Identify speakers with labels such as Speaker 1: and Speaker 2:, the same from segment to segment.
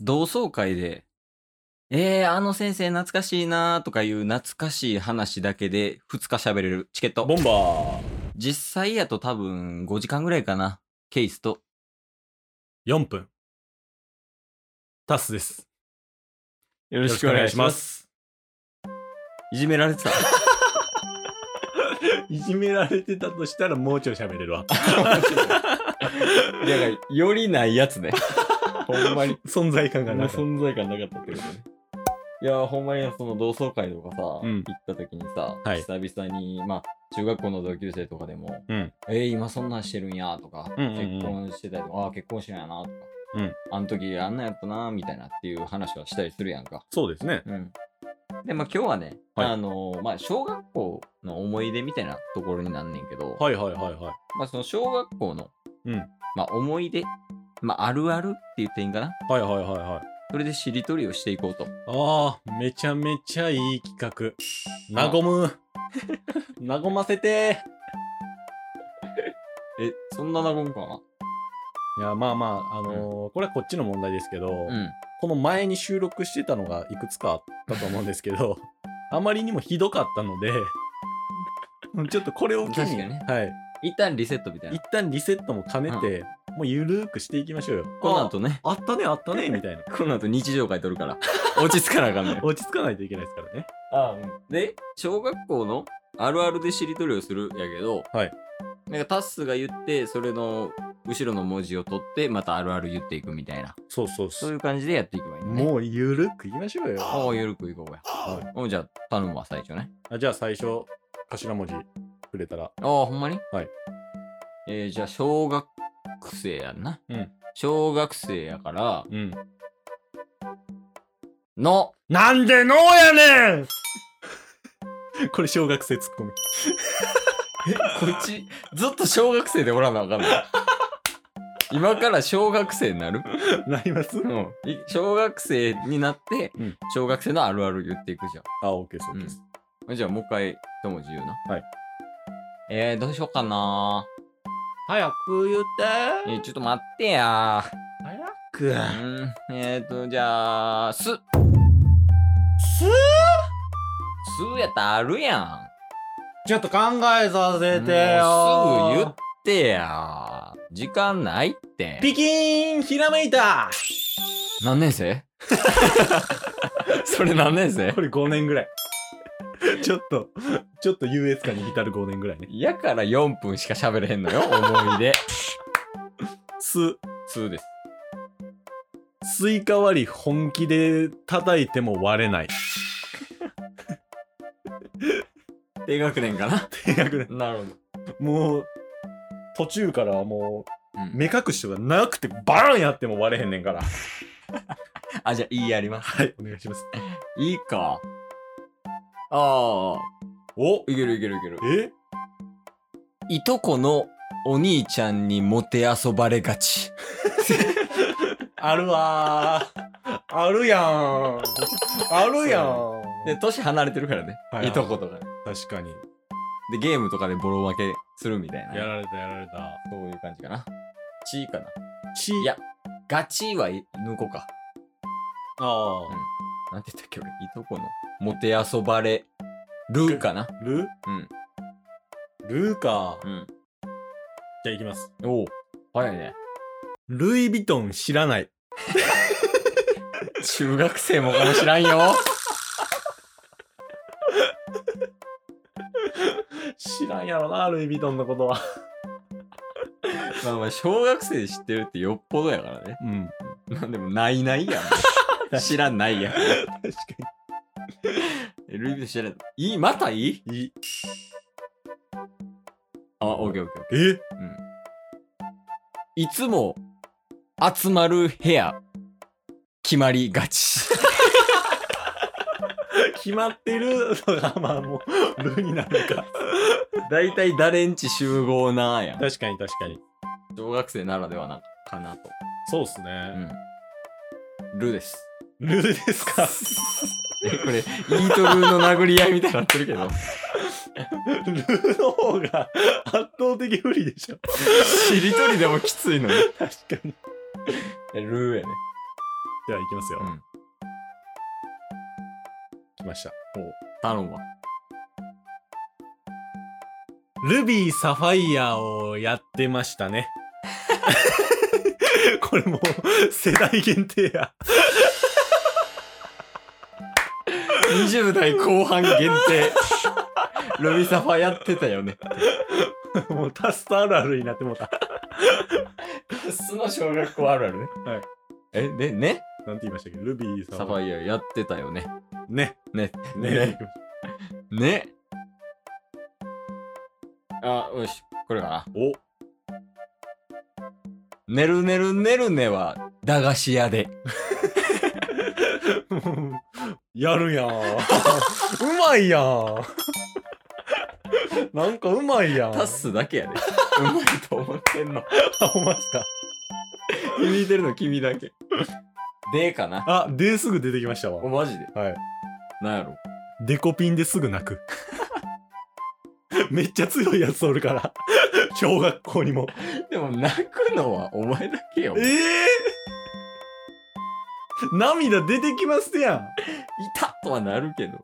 Speaker 1: 同窓会で、えー、あの先生懐かしいなーとかいう懐かしい話だけで2日喋れるチケット。
Speaker 2: ボンバー
Speaker 1: 実際やと多分5時間ぐらいかな。ケースと。
Speaker 2: 4分。タスです。
Speaker 1: よ
Speaker 2: よろしくお願いしま。す。
Speaker 1: いじめられてた。
Speaker 2: いじめられてたとしたらもうちょい喋れ るわ。
Speaker 1: いや、よりないやつね。ほんまに。
Speaker 2: 存在感がなかっ
Speaker 1: 存在感なかったってことね。いや、ほんまにその同窓会とかさ、
Speaker 2: う
Speaker 1: 行
Speaker 2: ん
Speaker 1: った時にさ、
Speaker 2: はい
Speaker 1: 久々に、まあ、中学校の同級生とかでも、
Speaker 2: うん
Speaker 1: えー、今そんなんしてるんやとか、
Speaker 2: うんうんうん
Speaker 1: 結婚してたりとか、ああ、結婚してんやなとか、
Speaker 2: うん
Speaker 1: あの時あんなんやったなみたいなっていう話はしたりするやんか。
Speaker 2: た。そうですね。
Speaker 1: うん。で、まあ今日はね、
Speaker 2: はい
Speaker 1: あのーまあ小学校の思い出みたいなところになんねんけど、
Speaker 2: はいはいはいはい。
Speaker 1: まあその小学校の、
Speaker 2: うん
Speaker 1: まあ思い出、まああるあるって言っていいんかな。
Speaker 2: はいはいはいはい。
Speaker 1: それでしりとりをしていこうと。
Speaker 2: ああ、めちゃめちゃいい企画。和む。 和ませて
Speaker 1: え、そんな和むかない
Speaker 2: や、まあまあ、あのーこれはこっちの問題ですけど、
Speaker 1: うん。
Speaker 2: この前に収録してたのがいくつかあったと思うんですけど、あまりにもひどかったの で、ちょっとこれを機
Speaker 1: 確
Speaker 2: に、
Speaker 1: かにね
Speaker 2: はい、
Speaker 1: 一旦リセットみたいな
Speaker 2: 一。旦リセットも兼ねて、もうゆるーくしていきましょうよ。
Speaker 1: この後ね、
Speaker 2: ああったね、あったね、みたいな。
Speaker 1: この後日常会撮る から、落ち着かなあかんね。
Speaker 2: 落ち着かないといけないですからね。
Speaker 1: あで、小学校のあるあるでしりとりをするやけど、
Speaker 2: はい
Speaker 1: なんかタッスが言って、それの後ろの文字を取って、またあるある言っていくみたいな。
Speaker 2: そうそう
Speaker 1: そう
Speaker 2: そ。
Speaker 1: いうう感じでやっていけばいいのね。
Speaker 2: もうゆるーくいきましょうよ。
Speaker 1: ああ、ゆるくいこうや。
Speaker 2: は
Speaker 1: おうじゃあ、頼むわ、最初ね。
Speaker 2: あじゃあ最初、頭文字くれたら。
Speaker 1: ああ、ほんまに
Speaker 2: はい。
Speaker 1: えー、じゃあ、小学生やんな。
Speaker 2: うん。
Speaker 1: 小学生やから、
Speaker 2: うん。
Speaker 1: の、
Speaker 2: なんでノーや ねんこれ小学生ツッコミ。
Speaker 1: え、こっち、ずっと小学生でおらなあかんの今から小学生になる
Speaker 2: なります
Speaker 1: うん。い小学生になって
Speaker 2: うん、
Speaker 1: 小学生のあるある言っていくじゃん。
Speaker 2: あ、オッケーです、オッケーです。
Speaker 1: じゃあ、もう一回、一文字言うな。
Speaker 2: はい。
Speaker 1: えー、どうしようかな
Speaker 2: 早く言っ
Speaker 1: え
Speaker 2: て
Speaker 1: ー、ちょっと待ってや
Speaker 2: 早く
Speaker 1: ー。うん。えーと、じゃあ、す、す
Speaker 2: す
Speaker 1: ーやったらあるやん。
Speaker 2: ちょっと考えさせ
Speaker 1: もうすぐ言
Speaker 2: っ
Speaker 1: ってやー。時間ないって。
Speaker 2: ピキーンひらめい た
Speaker 1: 何年生それ何年生
Speaker 2: これ5年ぐらい。ちょっと、ちょっと優越感に浸る5年ぐらいね。
Speaker 1: やから4分しか喋れへんのよ、思い出。
Speaker 2: す、
Speaker 1: 2です。
Speaker 2: スイカ割り本気で叩いても割れない。
Speaker 1: 低学年かな
Speaker 2: 低学年。
Speaker 1: なるほど。
Speaker 2: もう、途中からはも
Speaker 1: うん
Speaker 2: う、目隠しとかなくてバーンやっても割れへんねんから。
Speaker 1: あ、じゃあ、いいやります。
Speaker 2: はい、お願いします。
Speaker 1: いいか。ああ、
Speaker 2: お
Speaker 1: いけるいけるいける。
Speaker 2: え
Speaker 1: いとこのお兄ちゃんにもて遊ばれがち。
Speaker 2: あるわー。 あるやん。あるやん。
Speaker 1: で、年離れてるからね。
Speaker 2: は
Speaker 1: い
Speaker 2: いはい
Speaker 1: とことかね。
Speaker 2: 確かに。
Speaker 1: で、ゲームとかでボロ負けするみたいな。
Speaker 2: やられたやられた。
Speaker 1: そういう感じかな。チーかな。
Speaker 2: ち
Speaker 1: いや、ガチは抜こうか。
Speaker 2: あ
Speaker 1: なんて言ったっけ俺、いとこの。もて遊ばれるかな。
Speaker 2: あ。ル
Speaker 1: うん。
Speaker 2: ルーか。
Speaker 1: うん。
Speaker 2: じゃあいきます。
Speaker 1: おお、早いね。
Speaker 2: ルイ・ヴィトン知らない。
Speaker 1: 中学生もかもしらんよ。
Speaker 2: 知らんやろな、ルイ・ヴィトンのことは。
Speaker 1: まあまあ、小学生で知ってるってよっぽどやからね。
Speaker 2: うん。
Speaker 1: まあでも、ないないやん。知らんないやん。
Speaker 2: 確か
Speaker 1: えルイ・ヴィトン知らん。いいまたいい
Speaker 2: に。い
Speaker 1: あ、オッケーオッケーオッケ
Speaker 2: え
Speaker 1: ー。いつも集まる部屋、決まりがち。
Speaker 2: 決まってるのが、まあもう、ルーになるか。
Speaker 1: だいたい誰んち集合なーやん。
Speaker 2: 確かに確かに。
Speaker 1: 小学生ならではなかなと。
Speaker 2: そうっす
Speaker 1: う
Speaker 2: ね。
Speaker 1: ん。ルです。
Speaker 2: ルーですか。
Speaker 1: え、これ、イートルーの殴り合いみたいになってるけど。
Speaker 2: ルーの方が圧倒的不利でしょ。
Speaker 1: しりとりでもきついのに。
Speaker 2: 確かに。
Speaker 1: ルーやね。
Speaker 2: では、いきますよ。
Speaker 1: うん。
Speaker 2: 来ました。
Speaker 1: 頼むわ。
Speaker 2: ルビーサファイアをやってましたね。 これもう世代限定や。
Speaker 1: 20代後半限定。ルビサファやってたよね。
Speaker 2: もうタスタあるあるになってもうた。
Speaker 1: その小学校あるあるね。
Speaker 2: はい。
Speaker 1: え、で、ね
Speaker 2: なんて言いましたっけルビーサ
Speaker 1: サ
Speaker 2: フ
Speaker 1: フ
Speaker 2: ァイ
Speaker 1: ァイアやってたよね。
Speaker 2: ア。ね。
Speaker 1: ね。
Speaker 2: ね。
Speaker 1: ね。あ、よし。これかな。
Speaker 2: お
Speaker 1: ねるねるねるねは、駄菓子屋で。
Speaker 2: やるやん。う まいやん。 なんかうまいやん。
Speaker 1: 足すだけやで。うまいと思ってんの。
Speaker 2: あ、 ほんまっすか。
Speaker 1: 響いてるの君だけ。でかな。
Speaker 2: あ、ですぐ出てきました
Speaker 1: お、
Speaker 2: わ。
Speaker 1: マジで。
Speaker 2: はい。
Speaker 1: なんやろ。
Speaker 2: デコピンですぐ泣く。 めっちゃ強いやつおるから。 小学校にも。
Speaker 1: でも、泣くのはお前だけよ。
Speaker 2: え
Speaker 1: い
Speaker 2: え涙出てきますやん。
Speaker 1: たとはなるけど。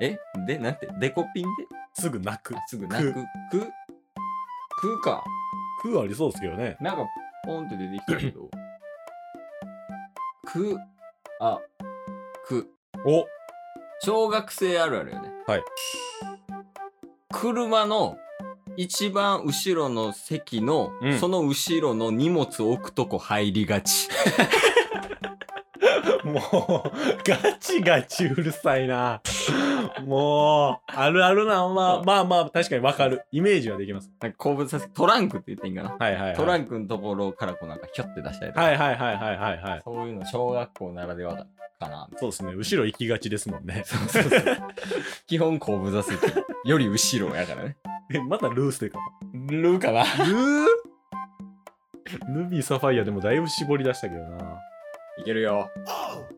Speaker 1: えで、なんて、デコピンで
Speaker 2: すぐ泣く
Speaker 1: あ。すぐ泣く。く、くか。
Speaker 2: くありそうですけどね。
Speaker 1: なんか、ポンって出てきたけど。く、あ、く。
Speaker 2: お
Speaker 1: 小学生あるあるよね。
Speaker 2: はい。
Speaker 1: 車の一番後ろの席の、
Speaker 2: うん
Speaker 1: その後ろの荷物置くとこ入りがち。
Speaker 2: もう、ガチガチうるさいな。もう、あるあるな、まあ、まあまあ、確かにわかる。イメージはできます。
Speaker 1: なんか後部座席、トランクって言っていいんかな。
Speaker 2: はいはい、はい。
Speaker 1: トランクのところからこうなんかひょって出したりとか。
Speaker 2: はいはいはいはいはいはい。
Speaker 1: そういうの小学校ならではだか な。
Speaker 2: そうですね。後ろ行きがちですもんね。
Speaker 1: そうそうそう。基本後部座席より後ろやからね。
Speaker 2: え、またルースでか。
Speaker 1: ルーかな。
Speaker 2: ルールビーサファイアでもだいぶ絞り出したけどな。
Speaker 1: いけるよ。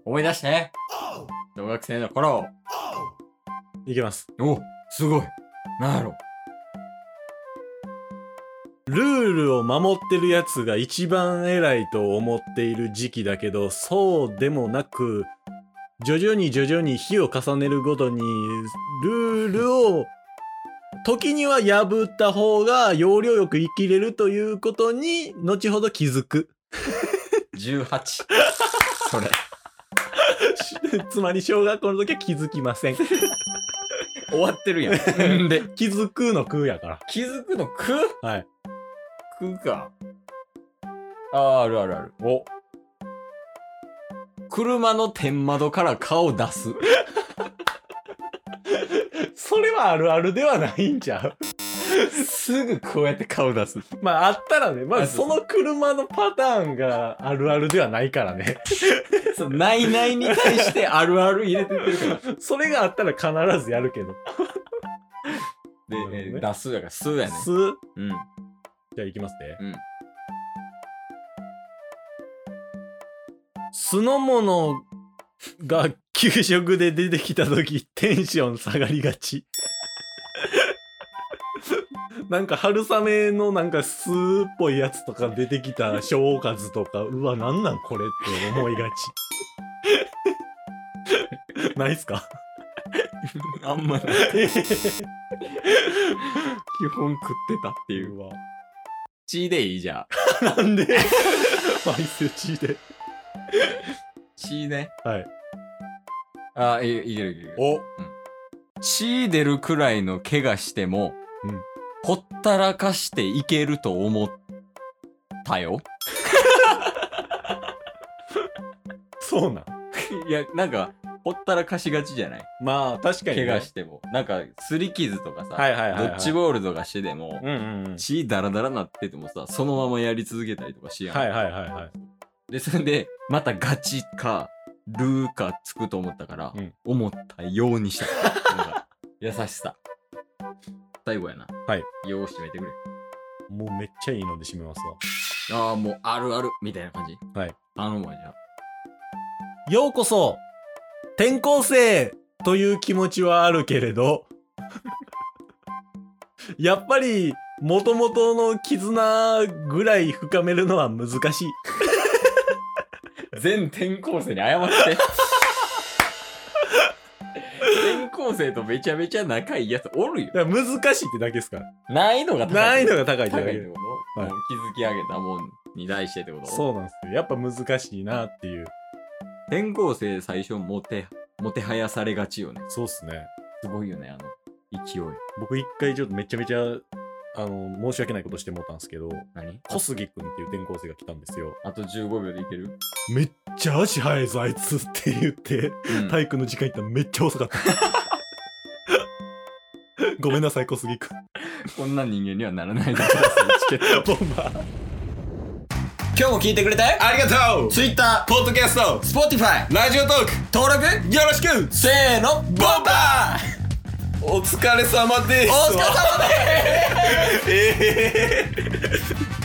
Speaker 1: 思い出して。小学生の頃。
Speaker 2: いけます。
Speaker 1: おすごい。なんやろ。
Speaker 2: ルールを守ってるやつが一番偉いと思っている時期だけど、そうでもなく、徐々に徐々に日を重ねるごとに、ルールを、時には破った方が要領よく生きれるということに、後ほど気づく。
Speaker 1: 18。それ。
Speaker 2: つまり小学校の時は気づきません。
Speaker 1: 終わってるやん。んで。
Speaker 2: 気づくの空やから。
Speaker 1: 気づくのく
Speaker 2: はい。
Speaker 1: くか。あー、あるあるある。
Speaker 2: お、
Speaker 1: 車の天窓から顔出す。
Speaker 2: それはあるあるではないんちゃう
Speaker 1: すぐこうやって顔出す。
Speaker 2: まああったらね、まあ
Speaker 1: あそ
Speaker 2: そうの車のパターンがあるあるではないからね。
Speaker 1: そう、ないないに対してあるある入れてってるから。
Speaker 2: それがあったら必ずやるけど。
Speaker 1: で、
Speaker 2: なるほどね
Speaker 1: えー出すやから、すやね。
Speaker 2: す、
Speaker 1: うん。
Speaker 2: じゃあいきますね。
Speaker 1: うん
Speaker 2: 酢の物が給食で出てきた時テンション下がりがち。 なんか春雨のなんか酢っぽいやつとか出てきた小おかずとか、うわ、なんなんこれって思いがち。 ないっすか
Speaker 1: あんまない基本食ってたっていう。
Speaker 2: うわ。
Speaker 1: 血でいいじゃん。
Speaker 2: なんで マイスチで。
Speaker 1: 血ね。
Speaker 2: はい。
Speaker 1: あ、いいけるいける。
Speaker 2: お
Speaker 1: 血出るくらいの怪我しても、
Speaker 2: うん
Speaker 1: ほったらかしていけると思ったよ。
Speaker 2: そうなん。
Speaker 1: いや、なんか、ほったらかしがちじゃない
Speaker 2: まあ、確かに、ね。
Speaker 1: 怪我しても。なんか、擦り傷とかさ、
Speaker 2: はいはいはい、はい。
Speaker 1: ドッジボールとかしてでも、
Speaker 2: うんうんうん。
Speaker 1: 血ダラダラなっててもさ、そのままやり続けたりとかしやん。
Speaker 2: はいはいはいはい。
Speaker 1: で、それで、またガチか、ルーかつくと思ったから、
Speaker 2: うん
Speaker 1: 思ったようにした。なんか優しさ。最後やな。
Speaker 2: はい。
Speaker 1: よう締めてくれ。
Speaker 2: もうめっちゃいいので締めますわ。
Speaker 1: ああ、もうあるある、みたいな感じ。
Speaker 2: はい。
Speaker 1: あの、じゃあ。
Speaker 2: ようこそ転校生という気持ちはあるけれ ど、やっぱり、元々の絆ぐらい深めるのは難しい。
Speaker 1: 全転校生に謝って。転校生とめちゃめちゃ仲いいやつおるよ。
Speaker 2: だから難しいってだけですから。
Speaker 1: 難易度が高い。
Speaker 2: 難易度が高いって
Speaker 1: 高い
Speaker 2: だ
Speaker 1: っ
Speaker 2: け
Speaker 1: て
Speaker 2: で。
Speaker 1: こと、
Speaker 2: はい
Speaker 1: もう築き上げたもんに対してってこと
Speaker 2: そうなんですよ。やっぱ難しいなっていう。
Speaker 1: 転校生最初もて、もてはやされがちよね。
Speaker 2: そうっすね。
Speaker 1: すごいよね、あの、勢い。
Speaker 2: 僕一回ちょっとめちゃめちゃ、あの、申し訳ないことしてもうたんですけど、
Speaker 1: 何
Speaker 2: 小杉くんっていう転校生が来たんですよ。
Speaker 1: あと15秒でいける、
Speaker 2: めっちゃ足早いぞ、あいつって言って、
Speaker 1: うん
Speaker 2: 体育の時間行ったらめっちゃ遅か った。ごめんなさい、小杉くん。
Speaker 1: こんな人間にはならないで
Speaker 2: チケットボンバー。
Speaker 1: 今日も聞いてくれたよ
Speaker 3: ありがとう
Speaker 1: Twitter、
Speaker 3: ポッドキャスト
Speaker 1: Spotify、
Speaker 3: ラジオトーク
Speaker 1: 登録、
Speaker 3: よろしく
Speaker 1: せーの、ボンバー
Speaker 3: お疲れ様で す
Speaker 1: お疲れ様です
Speaker 3: ええ